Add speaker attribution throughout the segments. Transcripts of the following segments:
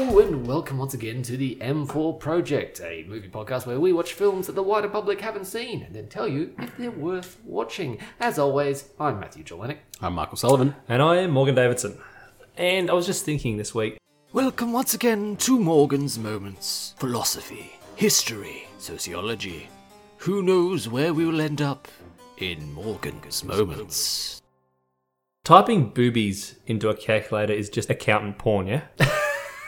Speaker 1: welcome once again to the M4 Project, a movie podcast where we watch films that the wider public haven't seen and then tell you if they're worth watching. As always, I'm Matthew Jelenic.
Speaker 2: I'm Michael Sullivan.
Speaker 3: And I am Morgan Davidson. And I was just thinking this week,
Speaker 4: Welcome once again to Morgan's Moments. Philosophy, history, sociology. Who knows where we will end up in Morgan's Moments?
Speaker 3: typing boobies into a calculator is just accountant porn, yeah?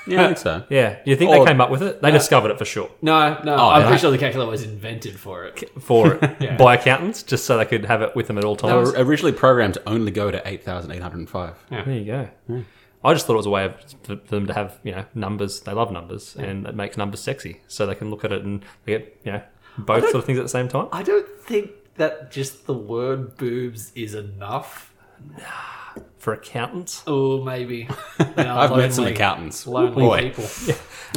Speaker 2: Yeah, I think so.
Speaker 3: Yeah. You think
Speaker 2: Or-
Speaker 3: they came up with it? They discovered it for sure.
Speaker 1: No, no, I'm
Speaker 2: Oh, yeah.
Speaker 1: pretty sure the calculator was invented for it.
Speaker 3: For it. By accountants, just so they could have it with them at all
Speaker 2: They
Speaker 3: times.
Speaker 2: were originally programmed to only go to 8,805.
Speaker 3: There you go. I just thought it was a way of for them to have, you know, numbers. They love numbers and it makes numbers sexy. So they can look at it and they get, you know, both sort of things at the same time.
Speaker 1: I don't think that just the word boobs is enough.
Speaker 3: For accountants.
Speaker 1: Or maybe.
Speaker 2: I've met some accountants.
Speaker 1: Lonely
Speaker 2: Boy.
Speaker 1: people.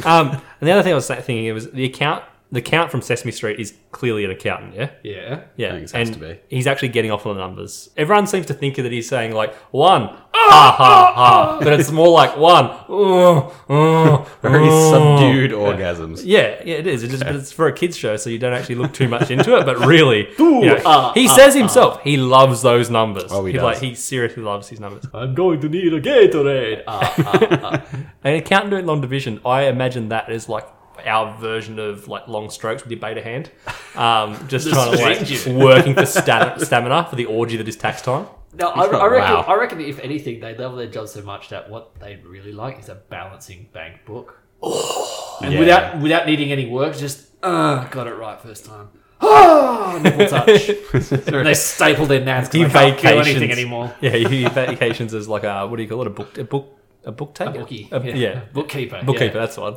Speaker 3: Um, and the other thing I was thinking it was the account the account from Sesame Street is clearly an accountant, yeah?
Speaker 1: Yeah.
Speaker 3: Yeah,
Speaker 2: Thanks, has
Speaker 3: and
Speaker 2: to be.
Speaker 3: he's actually getting off on the numbers. Everyone seems to think that he's saying like one, ha ha ha, but it's more like one, oh, oh,
Speaker 2: Very
Speaker 3: oh.
Speaker 2: subdued orgasms.
Speaker 3: Yeah, yeah, it is. It just, but it's for a kids show, so you don't actually look too much into it. But really, you know, he says himself he loves those numbers.
Speaker 2: uh, Oh, he
Speaker 3: He's
Speaker 2: does.
Speaker 3: like he seriously loves his numbers.
Speaker 1: I'm going to need a Gatorade. Ah, ah.
Speaker 3: An accountant doing long division, I imagine that is like our version of like long strokes with your beta hand, um, just
Speaker 1: The
Speaker 3: trying to
Speaker 1: stranger.
Speaker 3: like working for stam- stamina for the orgy that is tax time.
Speaker 1: No, I,
Speaker 2: got-
Speaker 1: I reckon.
Speaker 2: wow.
Speaker 1: I reckon if anything, they level their job so much that what they really like is a balancing bank book. and Oh.
Speaker 2: Yeah.
Speaker 1: without without needing any work, just uh, got it right first time. Ah, nipple touch. and they staple their nads. 'cause
Speaker 3: He
Speaker 1: I can't feel
Speaker 3: vacations.
Speaker 1: anything anymore.
Speaker 3: Yeah, he vacations as like a what do you call it? A book, a book, a book taker,
Speaker 1: A bookie,
Speaker 2: Uh,
Speaker 3: A-
Speaker 1: yeah.
Speaker 3: yeah.
Speaker 1: bookkeeper, yeah.
Speaker 3: bookkeeper. That's the one.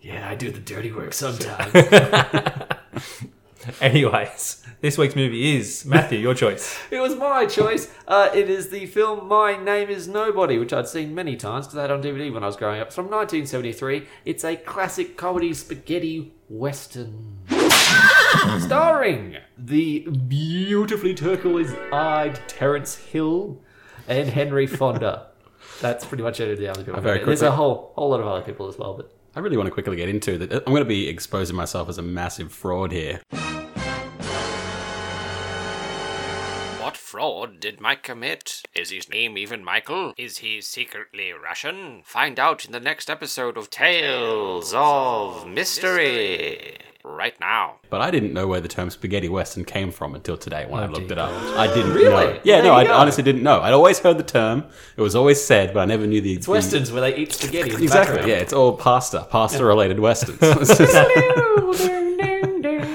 Speaker 1: Yeah, I do the dirty work sometimes.
Speaker 3: Anyways, this week's movie is Matthew. Your choice.
Speaker 1: it was my choice. Uh, it is the film My Name Is Nobody, which I'd seen many times because I had it on DVD when I was growing up. It's from 1973. It's a classic comedy spaghetti western. starring the beautifully turquoise-eyed Terence Hill and Henry Fonda. That's pretty much it. of The other people.
Speaker 2: very
Speaker 1: There's a
Speaker 2: quickly-
Speaker 1: whole whole lot of other people as well, but
Speaker 2: I really want to quickly get into that. I'm going to be exposing myself as a massive fraud here.
Speaker 5: What fraud did Mike commit? Is his name even Michael? Is he secretly Russian? Find out in the next episode of Tales of Mystery. Right now.
Speaker 2: But I didn't know where the term spaghetti western came from until today when I looked it up. I didn't
Speaker 1: Really?
Speaker 2: know. Yeah,
Speaker 1: There you
Speaker 2: no, I
Speaker 1: go.
Speaker 2: honestly didn't know. I'd always heard the term. It was always said, but I never knew the
Speaker 1: it's westerns where they eat spaghetti. in the
Speaker 2: Exactly.
Speaker 1: background.
Speaker 2: Yeah, it's all pasta, pasta related westerns. It's just-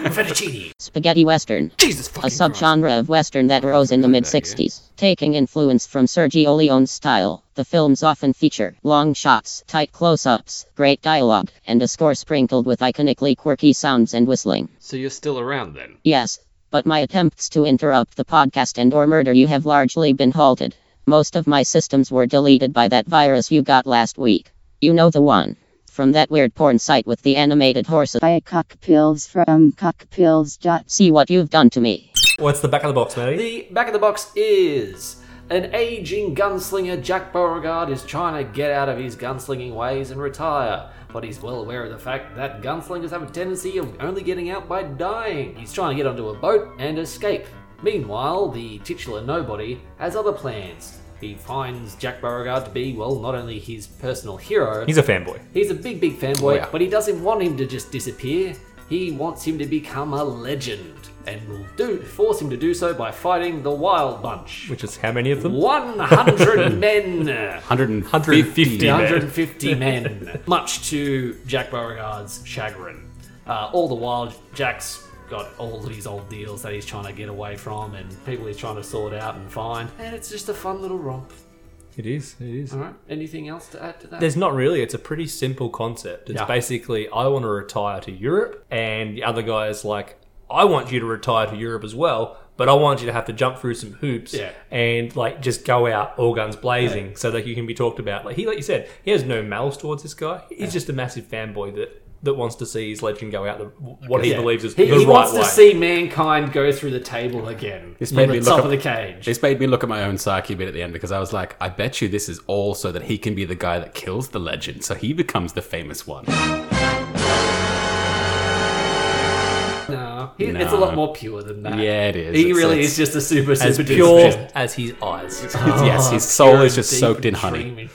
Speaker 1: Fettuccine.
Speaker 6: Spaghetti Western. a subgenre of Western that arose in the mid 60s. Taking influence from Sergio Leone's style, the films often feature long shots, tight close ups, great dialogue, and a score sprinkled with iconically quirky sounds and whistling.
Speaker 5: So you're still around then?
Speaker 6: Yes, but my attempts to interrupt the podcast and or murder you have largely been halted. Most of my systems were deleted by that virus you got last week. You know the one. From that weird porn site with the animated horses.
Speaker 7: buy cockpills from cockpills.com.
Speaker 6: See what you've done to me.
Speaker 3: What's the back of the box, Matty?
Speaker 1: The back of the box is an aging gunslinger, Jack Beauregard, is trying to get out of his gunslinging ways and retire. But he's well aware of the fact that gunslingers have a tendency of only getting out by dying. He's trying to get onto a boat and escape. Meanwhile, the titular nobody has other plans. He finds Jack Beauregard to be, well, not only his personal hero,
Speaker 3: He's a fanboy.
Speaker 1: He's a big, big fanboy,
Speaker 2: yeah.
Speaker 1: but he doesn't want him to just disappear. He wants him to become a legend, and will do force him to do so by fighting the Wild Bunch.
Speaker 3: Which is how many of them?
Speaker 1: One hundred men,
Speaker 2: 150.
Speaker 1: one hundred and fifty men, much to Jack Beauregard's chagrin. Uh, all the while, Jack's got all of his old deals that he's trying to get away from, and people he's trying to sort out and find, and it's just a fun little romp.
Speaker 3: It is. It is.
Speaker 1: All right, anything else to add to that?
Speaker 3: There's not really. It's a pretty simple concept. It's
Speaker 1: Yeah.
Speaker 3: basically I want to retire to Europe, and the other guy is like, I want you to retire to Europe as well, but I want you to have to jump through some hoops
Speaker 1: Yeah.
Speaker 3: and like just go out all guns blazing, so that you can be talked about. Like he, like you said, he has no malice towards this guy. He's just a massive fanboy that. that wants to see his legend go out the, what he
Speaker 1: Yeah.
Speaker 3: believes is
Speaker 1: he,
Speaker 3: the
Speaker 1: he
Speaker 3: right
Speaker 1: wants
Speaker 3: way.
Speaker 1: to see mankind go through the table again.
Speaker 2: This
Speaker 1: from
Speaker 2: made me
Speaker 1: the
Speaker 2: look
Speaker 1: top
Speaker 2: up-
Speaker 1: of the cage.
Speaker 2: This made me look at my own psyche a bit at the end because I was like, I bet you this is all so that he can be the guy that kills the legend, so he becomes the famous one.
Speaker 1: No, he, it's a lot more pure than that.
Speaker 2: Yeah, it is.
Speaker 1: He
Speaker 2: It's-
Speaker 1: really
Speaker 2: it's-
Speaker 1: is just a super
Speaker 3: as
Speaker 1: super
Speaker 3: pure
Speaker 1: duper.
Speaker 3: as his eyes.
Speaker 2: yes, his
Speaker 1: Pure
Speaker 2: soul
Speaker 1: and
Speaker 2: is just
Speaker 1: deep
Speaker 2: soaked in
Speaker 1: and
Speaker 2: honey.
Speaker 1: dreamy.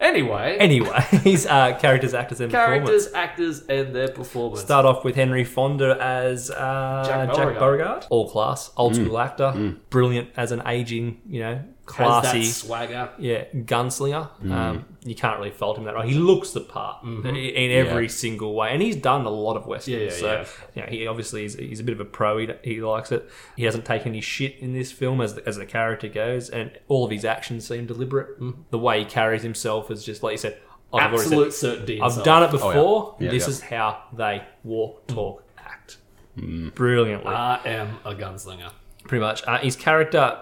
Speaker 1: Anyway,
Speaker 3: anyway, his uh, characters, actors, and performance.
Speaker 1: characters, actors, and their performance.
Speaker 3: Start off with Henry Fonda as uh,
Speaker 1: Jack
Speaker 3: Jack, Beauregard.
Speaker 1: Beauregard. Mm.
Speaker 3: all class, old school actor, brilliant as an aging, you know,
Speaker 1: Has
Speaker 3: classy,
Speaker 1: that Mm. swagger.
Speaker 3: yeah, gunslinger. Um, you can't really fault him that right. He looks the part in- in every single way, and he's done a lot of westerns.
Speaker 1: Mm-hmm. Yeah, yeah,
Speaker 3: so
Speaker 1: yeah.
Speaker 3: You know, he obviously is, he's a bit of a pro. He, he likes it. He doesn't take any shit in this film as the, as the character goes, and all of his actions seem deliberate. The way he carries himself is just like you said. oh, I've already said-
Speaker 1: Mm. Absolute certainty.
Speaker 3: I've done it before.
Speaker 2: yeah. Yeah,
Speaker 3: this
Speaker 2: yeah.
Speaker 3: is how they walk, talk, act. Brilliantly,
Speaker 1: I am a gunslinger.
Speaker 3: pretty much. Uh, his character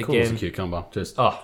Speaker 2: Cool as a
Speaker 3: again.
Speaker 2: cucumber. Just
Speaker 3: Oh,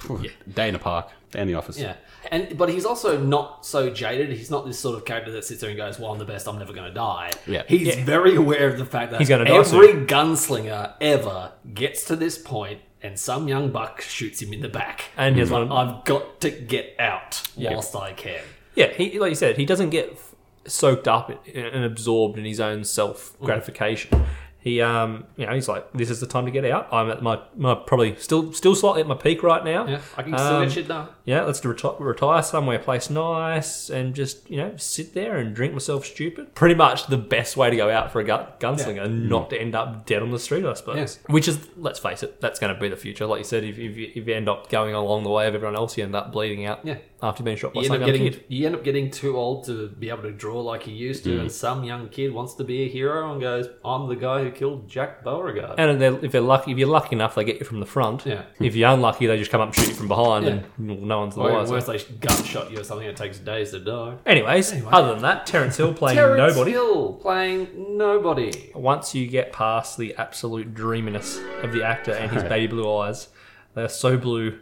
Speaker 2: phew, day in a park, day in the office.
Speaker 1: Yeah, and but he's also not so jaded. He's not this sort of character that sits there and goes, "Well, I'm the best. I'm never going to die."
Speaker 2: Yeah.
Speaker 1: he's very aware of the fact that
Speaker 3: He's gonna die
Speaker 1: every
Speaker 3: soon.
Speaker 1: gunslinger ever gets to this point, and some young buck shoots him in the back.
Speaker 3: and here's one.
Speaker 1: I've got to get out whilst I can.
Speaker 3: Yeah, he like you said, he doesn't get f- soaked up i- and absorbed in his own self gratification. He, um, you know, he's like, this is the time to get out. I'm at my, my probably still still slightly at my peak right now.
Speaker 1: Yeah, I can still
Speaker 3: Um,
Speaker 1: get shit done.
Speaker 3: Yeah, let's retire, retire somewhere, place nice, and just you know sit there and drink myself stupid. Pretty much the best way to go out for a gun, gunslinger, not to end up dead on the street, I suppose. Which is, let's face it, that's going to be the future. Like you said, if, if, you, if you end up going along the way of everyone else, you end up bleeding out.
Speaker 1: Yeah.
Speaker 3: after being shot by
Speaker 1: You
Speaker 3: some
Speaker 1: end, up
Speaker 3: young
Speaker 1: getting,
Speaker 3: kid.
Speaker 1: you end up getting too old to be able to draw like you used to, and some young kid wants to be a hero and goes, "I'm the guy who killed Jack Beauregard."
Speaker 3: And if they're, if they're lucky, if you're lucky enough, they get you from the front.
Speaker 1: Yeah.
Speaker 3: If you're unlucky, they just come up and shoot you from behind,
Speaker 1: Yeah.
Speaker 3: and well, no one's the
Speaker 1: Or
Speaker 3: wiser.
Speaker 1: worse, they gunshot you or something. It takes days to die.
Speaker 3: Anyways, other than that, Terrence Hill playing
Speaker 1: Terrence
Speaker 3: nobody.
Speaker 1: Hill playing nobody.
Speaker 3: Once you get past the absolute dreaminess of the actor and his baby blue eyes, they are so blue.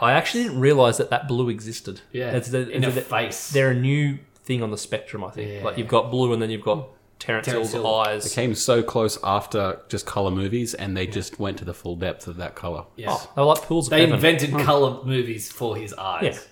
Speaker 3: I actually didn't realize that that blue existed.
Speaker 1: Yeah,
Speaker 3: That's the-
Speaker 1: in a
Speaker 3: the-
Speaker 1: face.
Speaker 3: They're a new thing on the spectrum, I think.
Speaker 1: Yeah.
Speaker 3: Like you've got blue, and then you've got Terrence,
Speaker 1: Terrence
Speaker 3: Hill's
Speaker 1: Hill.
Speaker 3: eyes.
Speaker 2: Came so close after just color movies, and they just went to the full depth of that color.
Speaker 1: Yes.
Speaker 3: Oh, They're like pools of
Speaker 1: They
Speaker 3: heaven.
Speaker 1: invented color movies for his eyes.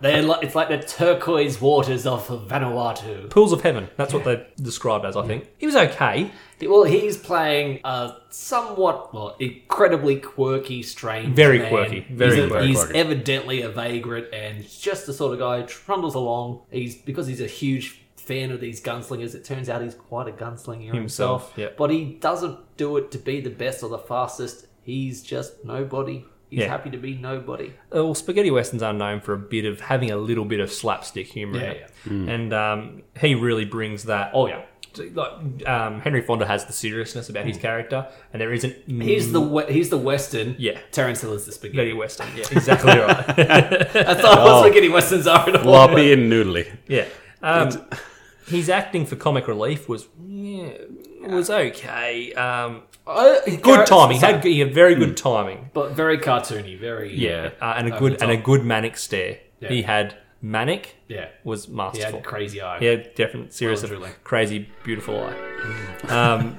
Speaker 1: They're like, it's like the turquoise waters of Vanuatu.
Speaker 3: pools of heaven. That's what they're described as. I think he was okay.
Speaker 1: Well, he's playing a somewhat, well, incredibly quirky, strange,
Speaker 3: Very
Speaker 1: man.
Speaker 3: quirky. Very
Speaker 1: he's a-
Speaker 3: quirky.
Speaker 1: he's
Speaker 2: Quirky.
Speaker 1: evidently a vagrant and just the sort of guy who trundles along. He's because he's a huge fan of these gunslingers. It turns out he's quite a gunslinger himself,
Speaker 3: Himself, yeah.
Speaker 1: but he doesn't do it to be the best or the fastest. He's just nobody. He's
Speaker 3: Yeah.
Speaker 1: happy to be nobody.
Speaker 3: Uh, well, spaghetti westerns are known for a bit of having a little bit of slapstick humor in
Speaker 1: Yeah,
Speaker 3: it, and um, he really brings that. Oh yeah, like um, Henry Fonda has the seriousness about his character, and there isn't
Speaker 1: He's the we- he's the western.
Speaker 3: Yeah.
Speaker 1: Terrence Hill is the spaghetti.
Speaker 3: spaghetti western. Yeah, exactly right.
Speaker 1: That's not
Speaker 3: Oh.
Speaker 1: what spaghetti westerns are at all.
Speaker 2: Floppy and noodly.
Speaker 3: Yeah, um, his acting for comic relief was yeah, was okay. Um, good timing. He had, he had very good timing.
Speaker 1: Oh, but very cartoony. Very
Speaker 3: Yeah, uh, and a good and a good manic stare. He had manic.
Speaker 1: yeah.
Speaker 3: Was
Speaker 1: He
Speaker 3: masterful.
Speaker 1: had crazy eyes.
Speaker 3: Yeah, definite, serious,
Speaker 1: Well and truly.
Speaker 3: crazy, beautiful eye.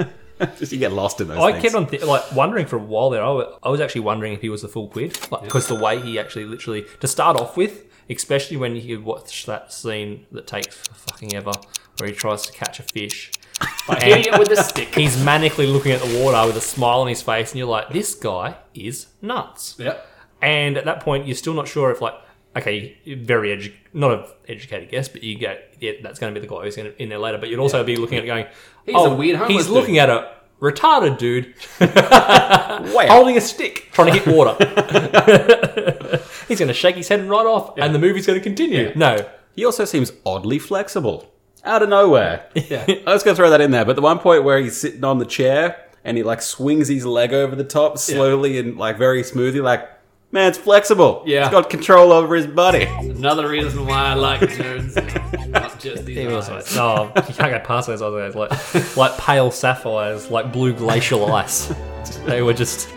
Speaker 2: Just you get lost in those.
Speaker 3: I
Speaker 2: things.
Speaker 3: kept on th- like wondering for a while there. I wa- I was actually wondering if he was the full quid, because the way he actually literally to start off with, especially when you watch that scene that takes fucking ever, where he tries to catch a fish.
Speaker 1: But hitting it with a stick.
Speaker 3: He's manically looking at the water with a smile on his face, and you're like, this guy is nuts.
Speaker 1: Yep.
Speaker 3: And at that point, you're still not sure if like. Okay, very edu- not an educated guess, but you go, yeah, that's going to be the guy who's gonna, in there later. But you'd also be looking at it going, oh,
Speaker 1: He's a weird homeless
Speaker 3: He's
Speaker 1: dude.
Speaker 3: looking at a retarded dude holding a stick trying to hit water. he's going to shake his head and ride off, and the movie's going to continue. No,
Speaker 2: He also seems oddly flexible. Out of nowhere.
Speaker 1: Yeah.
Speaker 2: I was gonna throw that in there, but the one point where he's sitting on the chair and he like swings his leg over the top slowly and like very smoothly, like man, it's flexible.
Speaker 1: Yeah.
Speaker 2: he's got control over his body.
Speaker 1: Another reason why I like Terrence Hill. Not just these
Speaker 3: It was
Speaker 1: eyes.
Speaker 3: like, no, you can't go past those other guys. Like, like pale sapphires, like blue glacial ice. They were just.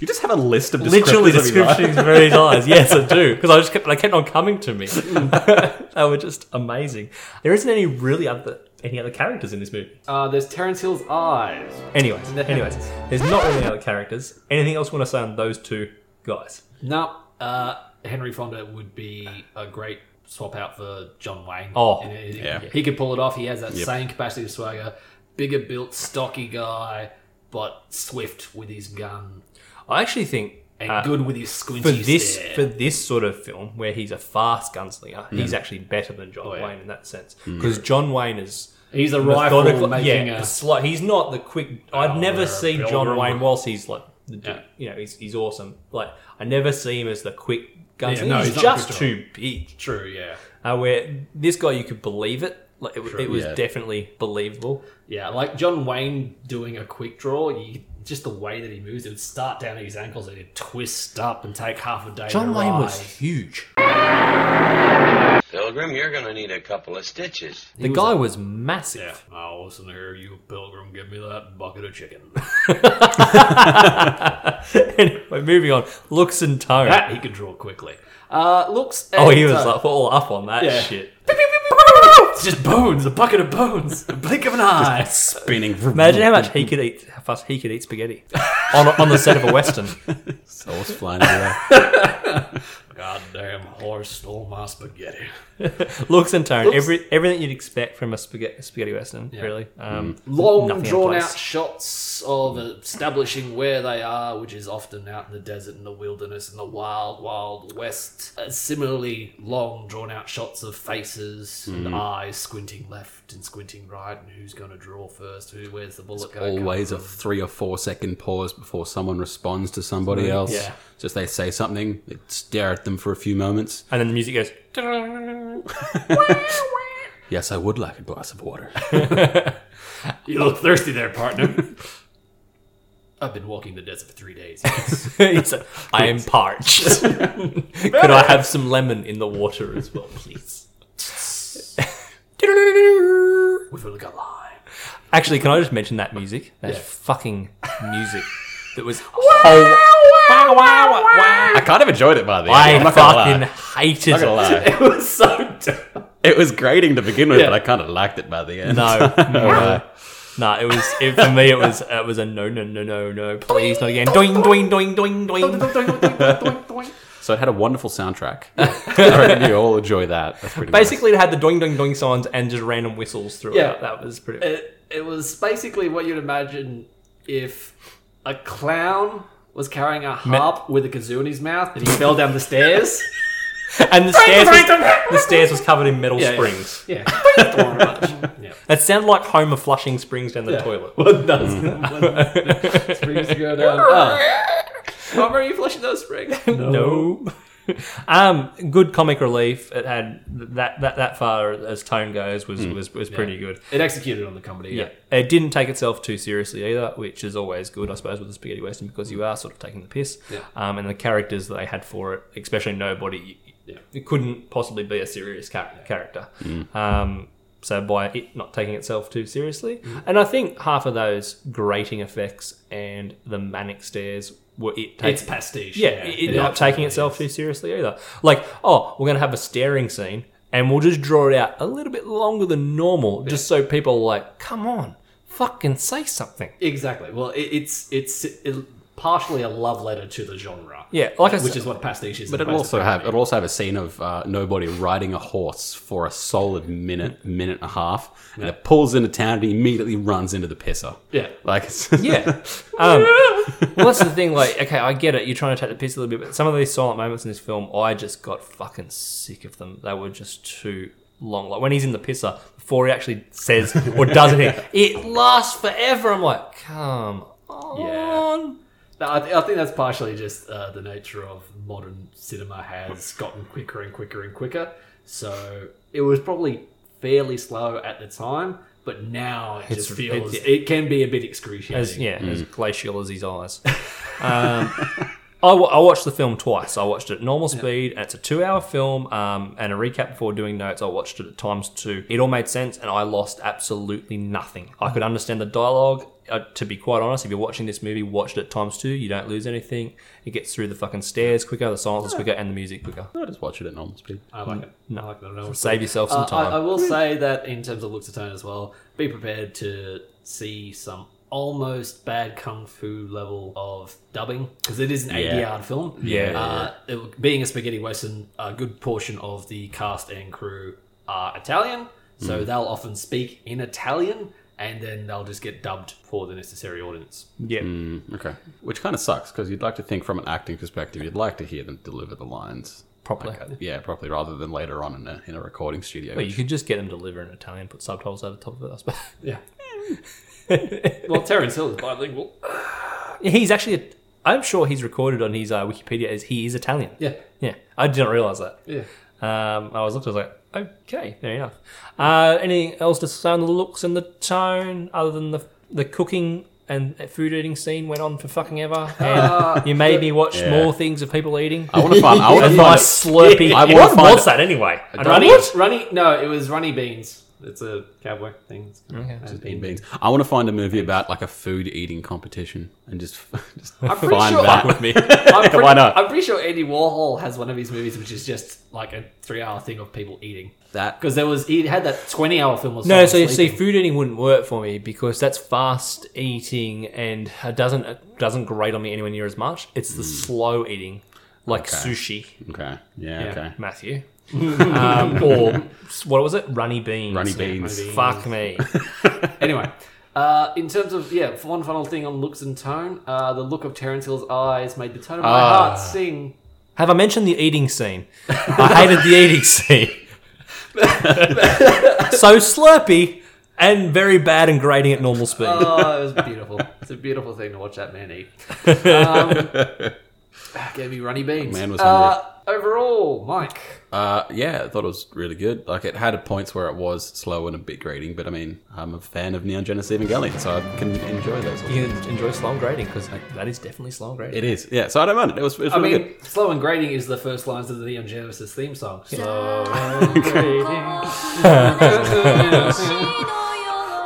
Speaker 2: You just have a list of
Speaker 3: Literally,
Speaker 2: descriptors of your
Speaker 3: descriptions
Speaker 2: life.
Speaker 3: very nice. Yes, I do because I just kept, they kept on coming to me. they were just amazing. There isn't any really other any other characters in this movie.
Speaker 1: Uh, there's Terrence Hill's eyes.
Speaker 3: Anyways,
Speaker 1: The
Speaker 3: anyways, there's not really other characters. Anything else you want to say on those two guys?
Speaker 1: No, uh, Henry Fonda would be a great swap out for John Wayne.
Speaker 3: Oh,
Speaker 1: And it-
Speaker 2: yeah.
Speaker 1: he could pull it off. He has that same capacity of swagger, bigger built, stocky guy, but swift with his gun
Speaker 3: I actually think
Speaker 1: and
Speaker 3: uh,
Speaker 1: good with his squinty
Speaker 3: for this
Speaker 1: stare.
Speaker 3: for this sort of film where he's a fast gunslinger, he's actually better than John
Speaker 1: yeah.
Speaker 3: Wayne in that sense because John Wayne is
Speaker 1: He's a rifle
Speaker 3: methodical-
Speaker 1: making
Speaker 3: yeah,
Speaker 1: a. Oh,
Speaker 3: sli- he's not the quick. I'd never see John
Speaker 1: pilgrim.
Speaker 3: Wayne whilst he's like, the, du-
Speaker 1: Yeah.
Speaker 3: you know, he's, he's awesome. Like I never see him as the quick gunslinger.
Speaker 1: no,
Speaker 3: he's,
Speaker 1: he's not
Speaker 3: just
Speaker 1: quick at all.
Speaker 3: too big.
Speaker 1: True, yeah.
Speaker 3: Uh, where this guy, you could believe it. Like it, it was
Speaker 2: yeah.
Speaker 3: definitely believable.
Speaker 1: Yeah, like John Wayne doing a quick draw, you, just the way that he moves, it would start down at his ankles and it'd twist up and take half a day.
Speaker 3: John
Speaker 1: to
Speaker 3: Wayne
Speaker 1: rise.
Speaker 3: was huge.
Speaker 8: Pilgrim, you're gonna need a couple of stitches.
Speaker 3: The guy was massive.
Speaker 1: Yeah. I'll listen to hear you, Pilgrim, give me that bucket of chicken.
Speaker 3: anyway, moving on. Looks and tone.
Speaker 1: that he could draw quickly. Uh, looks.
Speaker 3: oh,
Speaker 1: and
Speaker 3: he was
Speaker 1: tone.
Speaker 3: like all up on that
Speaker 1: Yeah.
Speaker 3: shit.
Speaker 1: It's just bones, a bucket of bones, a blink of an eye.
Speaker 2: Spinning.
Speaker 3: Imagine how much he could eat. How fast he could eat spaghetti on on the set of a western.
Speaker 2: Souls flying everywhere.
Speaker 1: Goddamn horse stole my spaghetti.
Speaker 3: Looks and tone. Every everything you'd expect from a spaghetti, spaghetti western. Really. Um,
Speaker 2: Mm.
Speaker 1: Long,
Speaker 3: Nothing in
Speaker 1: drawn
Speaker 3: place.
Speaker 1: out shots of establishing where they are, which is often out in the desert and the wilderness and the wild, wild west. Uh, similarly, long, drawn out shots of faces
Speaker 3: Hmm.
Speaker 1: and eyes squinting left and squinting right, and who's going to draw first, who where's the bullet going?
Speaker 2: always a three or four second pause before someone responds to somebody else.
Speaker 3: Yeah.
Speaker 2: Just they say something, they stare at them for a few moments.
Speaker 3: and then the music goes.
Speaker 2: Yes, I would like a glass of water.
Speaker 1: You look thirsty there, partner. I've been walking the desert for three days.
Speaker 3: He's like, I am parched. could I have some lemon in the water as well, please?
Speaker 1: We've only got lime.
Speaker 3: Actually, can I just mention that music? That fucking music that was whole.
Speaker 2: I kind of enjoyed it by the end. I'm
Speaker 3: I
Speaker 2: not gonna lie.
Speaker 3: fucking hated
Speaker 2: I'm not gonna
Speaker 3: it.
Speaker 2: lie.
Speaker 1: It was so dumb.
Speaker 2: It was grating to begin with,
Speaker 1: Yeah.
Speaker 2: but I kind of liked it by the end.
Speaker 3: No, no, no. It was it, for me. It was it was a no, no, no, no, no. Please, not again. Doing, doing, doing, doing, doing.
Speaker 2: So it had a wonderful soundtrack. I reckon you all enjoy that. That's pretty nice.
Speaker 3: Basically, it had the doing, doing, doing signs and just random whistles throughout.
Speaker 1: Yeah. Uh,
Speaker 3: That was pretty.
Speaker 1: It, it was basically what you'd imagine if a clown was carrying a harp with a kazoo in his mouth and he fell down the stairs.
Speaker 3: and the stairs, was, the stairs was covered in metal
Speaker 1: Yeah, yeah.
Speaker 3: springs.
Speaker 1: Yeah. yeah.
Speaker 3: That sounded like Homer flushing springs down the toilet.
Speaker 1: What does Mm. when springs go down? Oh. Mama, are you flushing those springs?
Speaker 3: No. um, good comic relief. It had that that that far as tone goes was
Speaker 1: Hmm.
Speaker 3: was, was pretty good.
Speaker 1: It executed on the comedy.
Speaker 3: Yeah. It didn't take itself too seriously either, which is always good, I suppose, with a spaghetti western because you are sort of taking the piss. Um, and the characters that they had for it, especially nobody,
Speaker 1: Yeah.
Speaker 3: it couldn't possibly be a serious char- character. Um, so by it not taking itself too seriously,
Speaker 1: Mm-hmm.
Speaker 3: and I think half of those grating effects and the manic stares were it. Taking,
Speaker 1: It's pastiche.
Speaker 3: yeah, it, not taking itself too seriously either. Like, oh, we're going to have a staring scene and we'll just draw it out a little bit longer than normal just so people are like, come on, fucking say something.
Speaker 1: Exactly. Well, it, it's it's it, partially a love letter to the genre.
Speaker 3: Yeah, like I
Speaker 1: which
Speaker 3: said-
Speaker 1: is what pastiche is.
Speaker 2: But it'll also have it'll also have a scene of uh, nobody riding a horse for a solid minute, minute and a half, and it pulls into town and he immediately runs into the pisser.
Speaker 1: Yeah.
Speaker 2: like it's,
Speaker 3: Yeah. Um, well, that's the thing. Like, okay, I get it. You're trying to take the piss a little bit, but some of these silent moments in this film, I just got fucking sick of them. They were just too long. Like when he's in the pisser, before he actually says or does anything, it lasts forever. I'm like, come on.
Speaker 1: No, I, th- I think that's partially just uh, the nature of modern cinema has gotten quicker and quicker and quicker. So it was probably fairly slow at the time, but now it just feels it,
Speaker 3: it's-
Speaker 1: can be a bit excruciating.
Speaker 3: as yeah, as glacial as his eyes. Um, I wa- I watched the film twice. I watched it at normal speed. And it's a two-hour film, um, and a recap before doing notes. I watched it at times two. It all made sense, and I lost absolutely nothing. I could understand the dialogue. Uh, to be quite honest, if you're watching this movie, watch it at times two. You don't lose anything. It gets through the fucking stairs quicker, the silence is quicker, and the music quicker.
Speaker 2: I just watch it at normal speed.
Speaker 1: I like it. I like that. I
Speaker 3: Save yourself some
Speaker 1: Uh,
Speaker 3: time.
Speaker 1: I, I will say that in terms of looks of tone as well, be prepared to see some almost bad kung fu level of dubbing because it is an ADR film.
Speaker 3: Yeah.
Speaker 1: Uh, it- being a spaghetti western, a good portion of the cast and crew are Italian,
Speaker 3: Mm.
Speaker 1: so they'll often speak in Italian. And then they'll just get dubbed for the necessary audience.
Speaker 3: yeah.
Speaker 2: Okay. Which kind of sucks because you'd like to think from an acting perspective, you'd like to hear them deliver the lines.
Speaker 3: Properly.
Speaker 2: uh, yeah, properly, rather than later on in a, in a recording studio.
Speaker 3: Well, you
Speaker 2: which-
Speaker 3: could just get them to deliver in Italian, put subtitles over the top of it. I suppose.
Speaker 1: Yeah. well, Terrence Hill is bilingual.
Speaker 3: He's actually, a, I'm sure he's recorded on his uh, Wikipedia as he is Italian.
Speaker 1: Yeah.
Speaker 3: Yeah, I didn't realize that.
Speaker 1: Yeah.
Speaker 3: Um, I was looked, I was like, okay, fair enough. Uh, anything else to say on the looks and the tone, other than the the cooking and food eating scene went on for fucking ever? And you made me watch
Speaker 2: Yeah.
Speaker 3: more things of people eating.
Speaker 2: I want to find. I want
Speaker 3: A
Speaker 2: to find.
Speaker 3: nice slurpy.
Speaker 2: I wanna
Speaker 3: what
Speaker 2: find
Speaker 3: was
Speaker 2: it.
Speaker 3: that anyway? And
Speaker 2: don't-
Speaker 3: runny?
Speaker 2: What?
Speaker 1: Runny? No, it was Runny Beans. It's a cowboy thing. Okay.
Speaker 2: Bean beans. I want to find a movie about like a food eating competition and just, just I'm
Speaker 1: pretty
Speaker 2: find
Speaker 1: sure-
Speaker 2: that with me.
Speaker 1: I'm pretty,
Speaker 2: Why not?
Speaker 1: I'm pretty sure Andy Warhol has one of his movies, which is just like a three-hour thing of people eating.
Speaker 2: that
Speaker 1: Because there was he had that twenty-hour film or
Speaker 3: No, so
Speaker 1: something
Speaker 3: you see,
Speaker 1: sleeping.
Speaker 3: food eating wouldn't work for me because that's fast eating and it doesn't it doesn't grate on me anywhere near as much. It's the slow eating, like sushi,
Speaker 2: Hmm. okay. Yeah. Okay.
Speaker 3: Matthew, um, or s- what was it, runny beans?
Speaker 2: Runny beans.
Speaker 3: Fuck me.
Speaker 1: Anyway, uh, in terms of yeah, for one final thing on looks and tone, uh, the look of Terrence Hill's eyes made the tone of my
Speaker 2: Ah.
Speaker 1: heart sing.
Speaker 3: Have I mentioned the eating scene? I hated the eating scene. so slurpy and very bad and grating at normal speed.
Speaker 1: Oh, it was beautiful. it's a beautiful thing to watch that man eat. Um, gave me runny beans.
Speaker 2: Man was
Speaker 1: uh, overall, Mike.
Speaker 2: Uh, yeah, I thought it was really good. Like it had points where it was slow and a bit grating, but I mean, I'm a fan of Neon Genesis Evangelion, so I can enjoy those.
Speaker 3: You can enjoy slow and grating because that is definitely slow and grating.
Speaker 2: It is, yeah. So I don't mind it. It was, it was
Speaker 1: I
Speaker 2: really
Speaker 1: mean,
Speaker 2: good.
Speaker 1: slow and grading is the first lines of the Neon Genesis theme song. So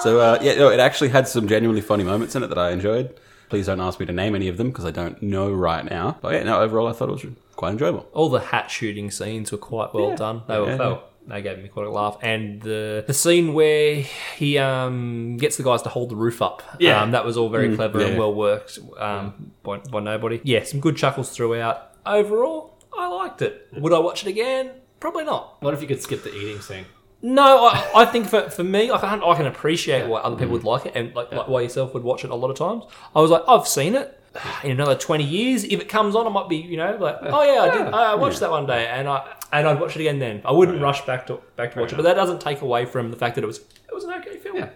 Speaker 2: So uh, yeah, no, it actually had some genuinely funny moments in it that I enjoyed. Please don't ask me to name any of them because I don't know right now. But yeah, no, overall I thought it was quite enjoyable.
Speaker 3: all the hat shooting scenes were quite well done. They were,
Speaker 2: Yeah,
Speaker 3: they, were- they gave me quite a laugh. And the the scene where he um, gets the guys to hold the roof up,
Speaker 1: Yeah.
Speaker 3: um, that was all very clever
Speaker 2: Mm, yeah.
Speaker 3: and well worked um, by, by nobody. Yeah, some good chuckles throughout. Overall, I liked it. Would I watch it again? Probably not.
Speaker 1: what if you could skip the eating scene?
Speaker 3: No, I, I think for, for me, I can, I can appreciate why other people would like it and like, like why yourself would watch it a lot of times. I was like, I've seen it in another 20 years. If it comes on, I might be, you know, like, oh yeah, I did. I watched that one day and I and I'd watch it again then. I wouldn't rush back to back to watch it, but that doesn't take away from the fact that it was it was an okay film.
Speaker 1: Yeah.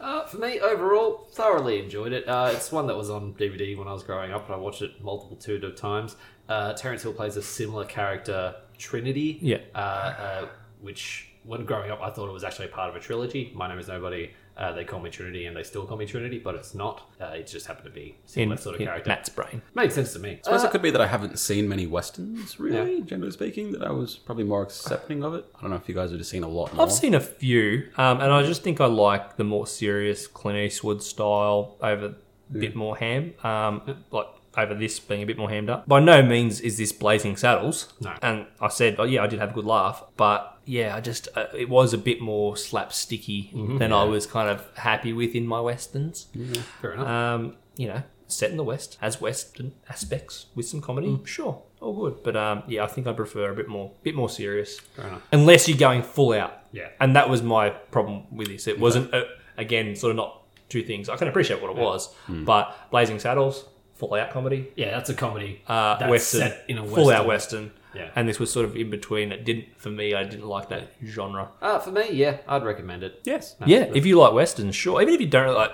Speaker 1: Uh, for me, overall, thoroughly enjoyed it. Uh, it's one that was on DVD when I was growing up, and I watched it multiple two to times. Uh, Terrence Hill plays a similar character, Trinity.
Speaker 3: Yeah.
Speaker 1: Uh, uh, which, when growing up, I thought it was actually part of a trilogy. My name is Nobody. Uh, they call me Trinity, and they still call me Trinity, but it's not. Uh, it just happened to be
Speaker 3: In,
Speaker 1: similar sort of
Speaker 3: in
Speaker 1: character.
Speaker 3: Matt's brain.
Speaker 1: Makes sense to me.
Speaker 2: I suppose it could be that I haven't seen many westerns, really, generally speaking. That I was probably more accepting of it. I don't know if you guys would have seen a lot more.
Speaker 3: I've seen a few, um, and I just think I like the more serious Clint Eastwood style over a bit more ham, um, like over this being a bit more hammed up. By no means is this Blazing Saddles.
Speaker 1: No.
Speaker 3: And I said, oh, yeah, I did have a good laugh, but yeah, I just uh, it was a bit more slapsticky than I was kind of happy with in my westerns.
Speaker 1: Fair enough.
Speaker 3: Um, you know, set in the West has western aspects with some comedy,
Speaker 1: Mm.
Speaker 3: sure, all good. But um, yeah, I think I prefer a bit more, bit more serious.
Speaker 1: enough.
Speaker 3: Unless you're going full out.
Speaker 1: Yeah.
Speaker 3: And that was my problem with this. It wasn't uh, again sort of not two things. I can appreciate what it was,
Speaker 1: Mm.
Speaker 3: but Blazing Saddles, full out comedy,
Speaker 1: yeah, that's a comedy.
Speaker 3: uh,
Speaker 1: that's
Speaker 3: western,
Speaker 1: set in a
Speaker 3: full
Speaker 1: western.
Speaker 3: out western.
Speaker 1: Yeah.
Speaker 3: And this was sort of in between. It didn't for me. I didn't like that genre.
Speaker 1: Uh, for me, yeah, I'd recommend it.
Speaker 2: Yes.
Speaker 3: Yeah, if you like westerns, sure. Even if you don't like,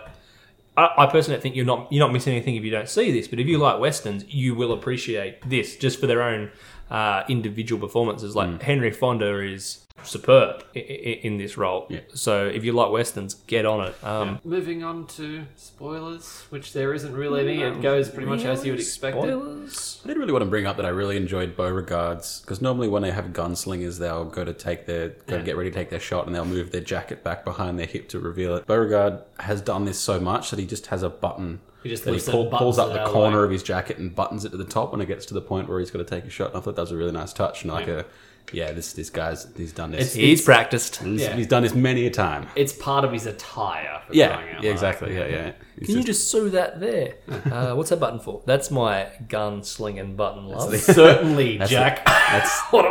Speaker 3: I, I personally think you're not you're not missing anything if you don't see this. But if you like westerns, you will appreciate this just for their own uh, individual performances. Like Henry Fonda is superb i- i- in this role.
Speaker 2: Yeah.
Speaker 3: So if you like westerns, get on it. Um,
Speaker 9: Moving on to spoilers, which there isn't really any. It goes pretty much as you would expect it.
Speaker 3: Spoilers.
Speaker 2: I did really want to bring up that I really enjoyed Beauregard's because normally when they have gunslingers, they'll go to take their go get ready to take their shot and they'll move their jacket back behind their hip to reveal it. Beauregard has done this so much that he just has a button.
Speaker 9: He just
Speaker 2: that
Speaker 9: lifts it
Speaker 2: pull-
Speaker 9: and buttons
Speaker 2: pulls up
Speaker 9: it
Speaker 2: the
Speaker 9: out of the
Speaker 2: corner
Speaker 9: way.
Speaker 2: of his jacket and buttons it to the top when it gets to the point where he's got to take a shot. And I thought that was a really nice touch and like a yeah, this this guy's he's done this.
Speaker 9: It's-
Speaker 3: He's practiced.
Speaker 2: he's,
Speaker 9: yeah.
Speaker 2: he's done this many a time.
Speaker 9: It's part of his attire. For crying
Speaker 2: Yeah,
Speaker 9: out
Speaker 2: yeah,
Speaker 9: loud.
Speaker 2: exactly. Yeah, yeah. It's
Speaker 3: Can you
Speaker 2: just-
Speaker 3: just sew that there? Uh, what's that button for? That's my gun slinging button, love.
Speaker 9: Certainly, Jack.
Speaker 2: that's
Speaker 9: what a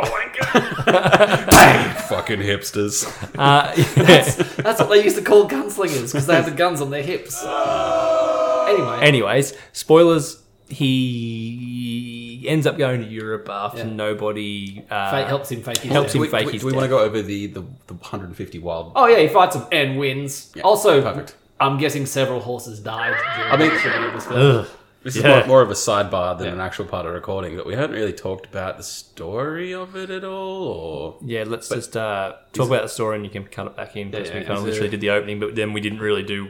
Speaker 9: wanker.
Speaker 2: fucking hipsters.
Speaker 3: Uh, yeah.
Speaker 9: That's what they used to call gunslingers because they had the guns on their hips. Anyway,
Speaker 3: Anyways, spoilers. He ends up going to Europe after nobody uh,
Speaker 9: fate helps him fake his
Speaker 3: helps
Speaker 9: death.
Speaker 3: him
Speaker 2: Do we,
Speaker 3: fake
Speaker 2: do we-
Speaker 3: his
Speaker 2: do we want to
Speaker 3: death.
Speaker 2: go over the, the, the 150 wild
Speaker 9: Oh yeah, he fights him and wins. also,
Speaker 2: perfect.
Speaker 9: I'm guessing several horses died. During
Speaker 2: I mean-
Speaker 9: the shooting of this film.
Speaker 2: This is
Speaker 3: Yeah.
Speaker 2: more, more of a sidebar than an actual part of recording, but we haven't really talked about the story of it at all. Or
Speaker 3: Yeah, let's just uh, talk about the story and you can cut it back in because
Speaker 9: yeah,
Speaker 3: we
Speaker 9: yeah.
Speaker 3: kind of
Speaker 9: Is
Speaker 3: literally
Speaker 9: there-
Speaker 3: did the opening, but then we didn't really do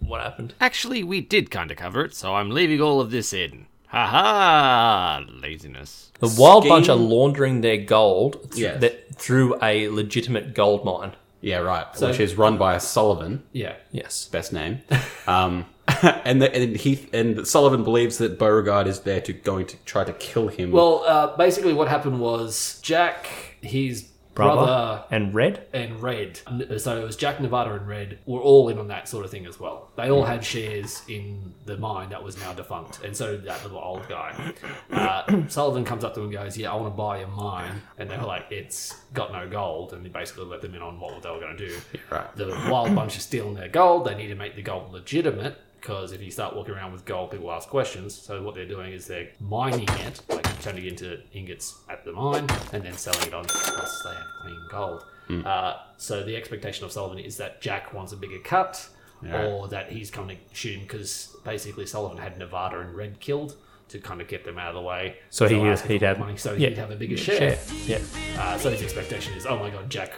Speaker 3: what happened.
Speaker 1: Actually, we did kind of cover it, so I'm leaving all of this in. Ha ha! Laziness.
Speaker 3: The Wild
Speaker 2: Scheme-
Speaker 3: Bunch are laundering their gold th-
Speaker 2: Yes.
Speaker 3: that, through a legitimate gold mine.
Speaker 2: yeah, right. which is run by Sullivan,
Speaker 9: yeah.
Speaker 3: Yes.
Speaker 2: best name. Um, and the, and he and Sullivan believes that Beauregard is there to going to try to kill him.
Speaker 9: Well, uh, basically, what happened was Jack, his
Speaker 3: Brother,
Speaker 9: brother
Speaker 3: and Red.
Speaker 9: and Red. So it was Jack Nevada and Red were all in on that sort of thing as well. They all had shares in the mine that was now defunct, and so did that little old guy. Uh, Sullivan comes up to him and goes, "Yeah, I want to buy your mine," and they were like, "It's got no gold," and they basically let them in on what they were going to do.
Speaker 2: right.
Speaker 9: The wild bunch is stealing their gold. They need to make the gold legitimate. Because if you start walking around with gold, people ask questions. So what they're doing is they're mining it, like turning it into ingots at the mine, and then selling it on. Plus, they have clean gold. Uh, so the expectation of Sullivan is that Jack wants a bigger cut, or that he's coming to shoot him because basically Sullivan had Nevada and Red killed to kind of get them out of the way.
Speaker 3: So he-
Speaker 9: ask
Speaker 3: he'd
Speaker 9: for
Speaker 3: have-
Speaker 9: money, so
Speaker 3: yeah,
Speaker 9: he'd have a bigger share.
Speaker 3: Share. Yeah.
Speaker 9: Uh, so his expectation is, oh my god, Jack,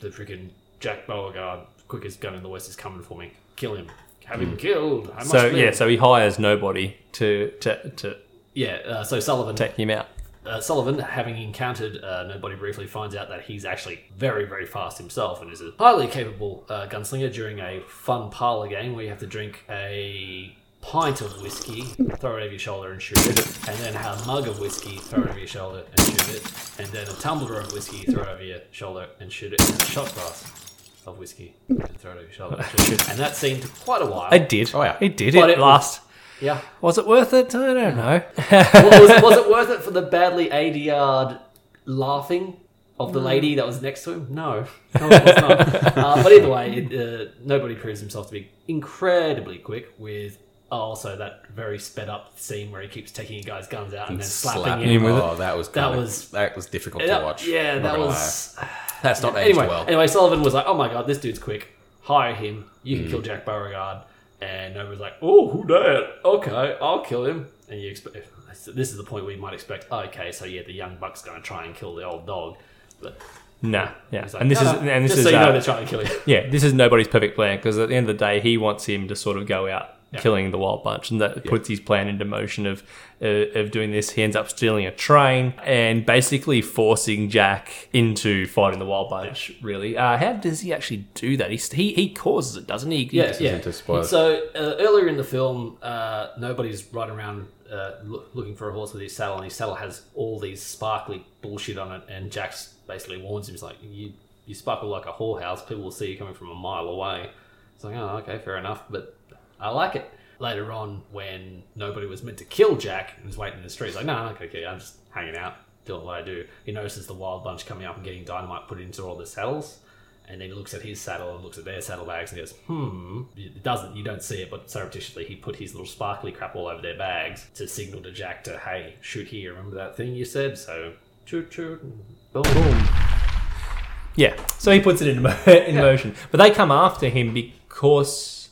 Speaker 9: the freaking Jack Beauregard, quickest gun in the west is coming for me. Kill him. Have him killed. I must
Speaker 3: Hmm. So
Speaker 9: live.
Speaker 3: yeah, so he hires nobody to to, to
Speaker 9: yeah. Uh, so Sullivan,
Speaker 3: take him out.
Speaker 9: uh, Sullivan, having encountered uh, nobody briefly, finds out that he's actually very, very fast himself and is a highly capable uh, gunslinger. During a fun parlor game where you have to drink a pint of whiskey, throw it over your shoulder and shoot it, and then a mug of whiskey, throw it over your shoulder and shoot it, and then a tumbler of whiskey, throw it over your shoulder and shoot it, and a shot glass of whiskey and throw it over your shoulder. And, shoot it. and that seemed quite a while.
Speaker 3: I did.
Speaker 2: Oh, yeah.
Speaker 3: He did
Speaker 9: But
Speaker 3: it,
Speaker 9: it was-
Speaker 3: last.
Speaker 9: yeah.
Speaker 3: Was it worth it? I don't know.
Speaker 9: was, was it worth it for the badly ADR'd laughing of the lady that was next to him? No, no it was not. uh, but either way, it, uh, nobody proves himself to be incredibly quick with oh, also that very sped up scene where he keeps taking a guy's guns out and, then slapping
Speaker 2: Slap.
Speaker 9: him.
Speaker 3: with it.
Speaker 2: oh, that was kinda-
Speaker 9: was-
Speaker 2: that was difficult
Speaker 9: That-
Speaker 2: to watch.
Speaker 9: yeah,
Speaker 2: Not
Speaker 9: that
Speaker 2: gonna
Speaker 9: was.
Speaker 2: lie. that's not aged
Speaker 9: Anyway,
Speaker 2: well.
Speaker 9: anyway, Sullivan was like, "Oh my god, this dude's quick. Hire him. You can
Speaker 3: Mm.
Speaker 9: kill Jack Beauregard." And nobody's like, "Oh, who did? Okay, I'll kill him." And you expect so this is the point where you might expect, "Okay, so yeah, the young buck's going to try and kill the old dog." But
Speaker 3: nah. Yeah.
Speaker 9: it's like,
Speaker 3: and this
Speaker 9: "No,
Speaker 3: is
Speaker 9: no,
Speaker 3: and this
Speaker 9: just
Speaker 3: is
Speaker 9: so you
Speaker 3: uh,
Speaker 9: know they're trying to kill you.
Speaker 3: yeah, this is nobody's perfect plan because at the end of the day, he wants him to sort of go out killing the wild bunch, and that puts his plan into motion of uh, of doing this. He ends up stealing a train and basically forcing Jack into fighting the wild bunch. Really, uh, how does he actually do that? He he, he causes it, doesn't he? He
Speaker 9: yeah,
Speaker 3: just-
Speaker 9: yeah.
Speaker 2: into spoilers.
Speaker 9: So uh, earlier in the film, uh, nobody's riding around uh, loo- looking for a horse with his saddle, and his saddle has all these sparkly bullshit on it. And Jack's basically warns him, he's like, "You you sparkle like a whorehouse. People will see you coming from a mile away." It's like, "Oh, okay, fair enough," but I like it. Later on, when nobody was meant to kill Jack and was waiting in the street, he's like, "No, I'm not gonna kill you. I'm just hanging out, doing what I do." He notices the wild bunch coming up and getting dynamite put into all the saddles and then he looks at his saddle and looks at their saddlebags and goes, hmm. It doesn't, you don't see it, but surreptitiously he put his little sparkly crap all over their bags to signal to Jack to, hey, shoot here. Remember that thing you said? So, shoot, shoot, and boom, boom.
Speaker 3: yeah. So he puts it into mo- in motion, but they come after him because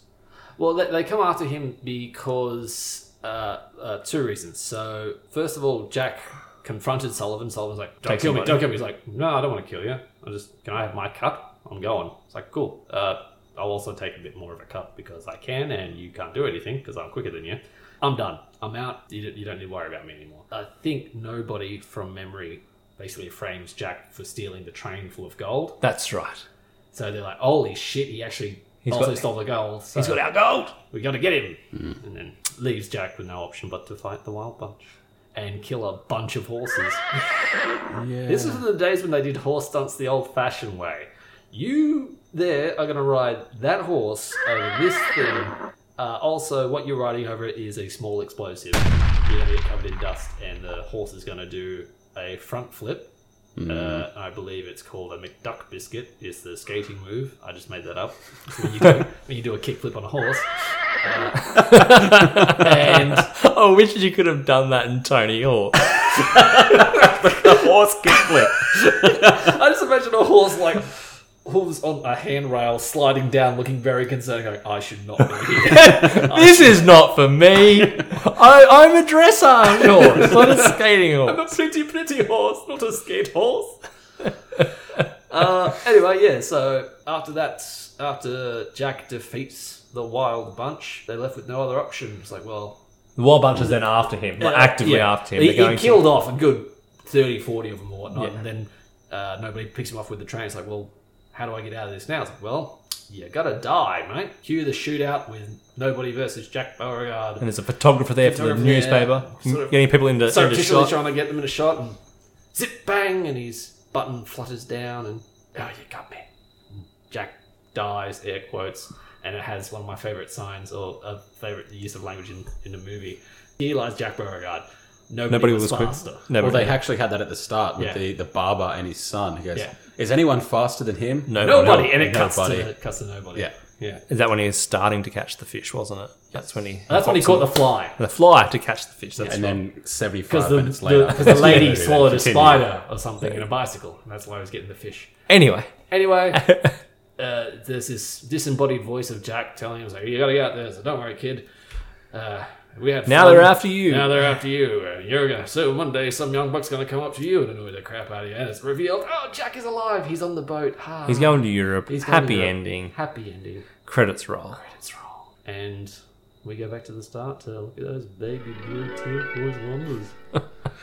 Speaker 9: Well, they, they come after him because uh, uh, two reasons. So, first of all, Jack confronted Sullivan. Sullivan's like, don't
Speaker 3: Take
Speaker 9: kill me,
Speaker 3: somebody.
Speaker 9: don't kill me. He's like, no, I don't want to kill you. I just, can I have my cut? I'm going. It's like, cool. Uh, I'll also take a bit more of a cut because I can and you can't do anything because I'm quicker than you. I'm done. I'm out. You don't, you don't need to worry about me anymore. I think nobody from memory basically frames Jack for stealing the train full of gold.
Speaker 3: That's right.
Speaker 9: So they're like, holy shit, he actually
Speaker 3: He's
Speaker 9: also
Speaker 3: got-
Speaker 9: stole the gold. So
Speaker 3: He's got our gold. Hmm.
Speaker 9: we got to get him. And then leaves Jack with no option but to fight the wild bunch and kill a bunch of horses.
Speaker 2: Yeah.
Speaker 9: This is the days when they did horse stunts the old fashioned way. You there are going to ride that horse over this thing. Uh, also, what you're riding over it is a small explosive. You're going to get covered in dust, and the horse is going to do a front flip. Uh, I believe it's called a McDuck biscuit. It's the skating move. I just made that up. When you do, when you do a kickflip on a horse. Uh, and
Speaker 3: I wish Oh, you could have done that in Tony Hawk.
Speaker 2: horse kickflip.
Speaker 9: I just imagine a horse like hooves on a handrail sliding down, looking very concerned, going, I should not be here.
Speaker 3: this is not for me. I, I'm a dressage horse, not a skating
Speaker 9: I'm a
Speaker 3: horse.
Speaker 9: pretty, pretty horse, not a skate horse. uh, anyway, yeah, so after that, after Jack defeats the wild bunch, they're left with no other option. It's like, well,
Speaker 3: The Wild Bunch is then after him, like
Speaker 9: Yeah,
Speaker 3: actively
Speaker 9: yeah.
Speaker 3: after him.
Speaker 9: He,
Speaker 3: They're
Speaker 9: he
Speaker 3: going to-
Speaker 9: killed off a good 30, 40 of them or whatnot,
Speaker 3: Yeah.
Speaker 9: and then uh, nobody picks him off with the train. It's like, well, how do I get out of this now? It's like, well, you gotta die, mate. Cue the shootout with nobody versus Jack Beauregard.
Speaker 3: and there's a photographer there for the
Speaker 9: Photographer, yeah.
Speaker 3: newspaper,
Speaker 9: Sort of-
Speaker 3: getting people into, into
Speaker 9: Surreptitiously
Speaker 3: shot.
Speaker 9: trying to get them in a shot, and zip bang, and his button flutters down, and oh, you got me. Jack dies, air quotes, and it has one of my favorite signs or a favorite use of language in, in the movie. Here lies Jack Beauregard. Nobody,
Speaker 3: Nobody
Speaker 9: was,
Speaker 3: was quick-
Speaker 9: faster.
Speaker 3: No,
Speaker 2: Well,
Speaker 3: but
Speaker 2: they actually had that at the start with
Speaker 9: Yeah.
Speaker 2: the, the barber and his son. He goes,
Speaker 9: Yeah.
Speaker 2: "Is anyone faster than him?"
Speaker 3: no,
Speaker 9: Nobody,
Speaker 3: no.
Speaker 9: and it cuts,
Speaker 2: Nobody.
Speaker 9: To, it cuts to nobody.
Speaker 2: Yeah.
Speaker 9: yeah.
Speaker 3: Is that when he was starting to catch the fish, wasn't it? That's when he.
Speaker 9: That's when he caught the fly
Speaker 3: the fly to catch the fish. That's
Speaker 2: And then seventy-five
Speaker 9: because the,
Speaker 2: minutes later,
Speaker 9: the, 'cause the lady
Speaker 2: Continue.
Speaker 9: swallowed a
Speaker 2: Continue.
Speaker 9: spider or something in a bicycle, and that's why he was getting the fish.
Speaker 3: Anyway,
Speaker 9: Anyway, uh, there's this disembodied voice of Jack telling him, "Like you gotta get out there." So don't worry, kid. Uh, we had
Speaker 3: now
Speaker 9: fun.
Speaker 3: they're after you.
Speaker 9: Now they're after you. And you're gonna. So one day, some young buck's gonna come up to you and annoy the crap out of you. And it's revealed, oh, Jack is alive. He's on the boat. Ha.
Speaker 3: He's going to Europe.
Speaker 9: He's going to
Speaker 3: Happy
Speaker 9: Europe.
Speaker 3: ending.
Speaker 9: Happy ending.
Speaker 3: Credits roll.
Speaker 9: It's wrong. And we go back to the start to look at those baby blue tear boys wonders.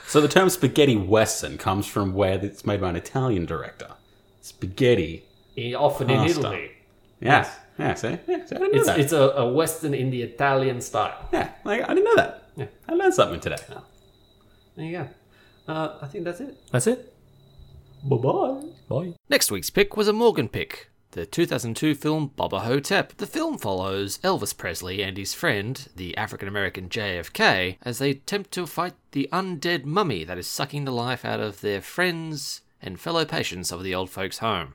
Speaker 2: So the term spaghetti western comes from where it's made by an Italian director. Spaghetti.
Speaker 9: I- Eh, Often in
Speaker 2: Pasta.
Speaker 9: Italy.
Speaker 2: Yeah. Yeah. See. Yeah. see, I didn't know
Speaker 9: It's,
Speaker 2: that.
Speaker 9: it's a, a Western in the Italian style.
Speaker 2: yeah. Like I didn't know that.
Speaker 9: Yeah.
Speaker 2: I learned something today.
Speaker 9: There you go. Uh, I think that's it.
Speaker 3: That's it.
Speaker 9: Bye bye.
Speaker 3: Bye.
Speaker 1: Next week's pick was a Morgan pick, the 2002 film Baba Hotep. The film follows Elvis Presley and his friend, the African American JFK, as they attempt to fight the undead mummy that is sucking the life out of their friends and fellow patients of the old folks' home.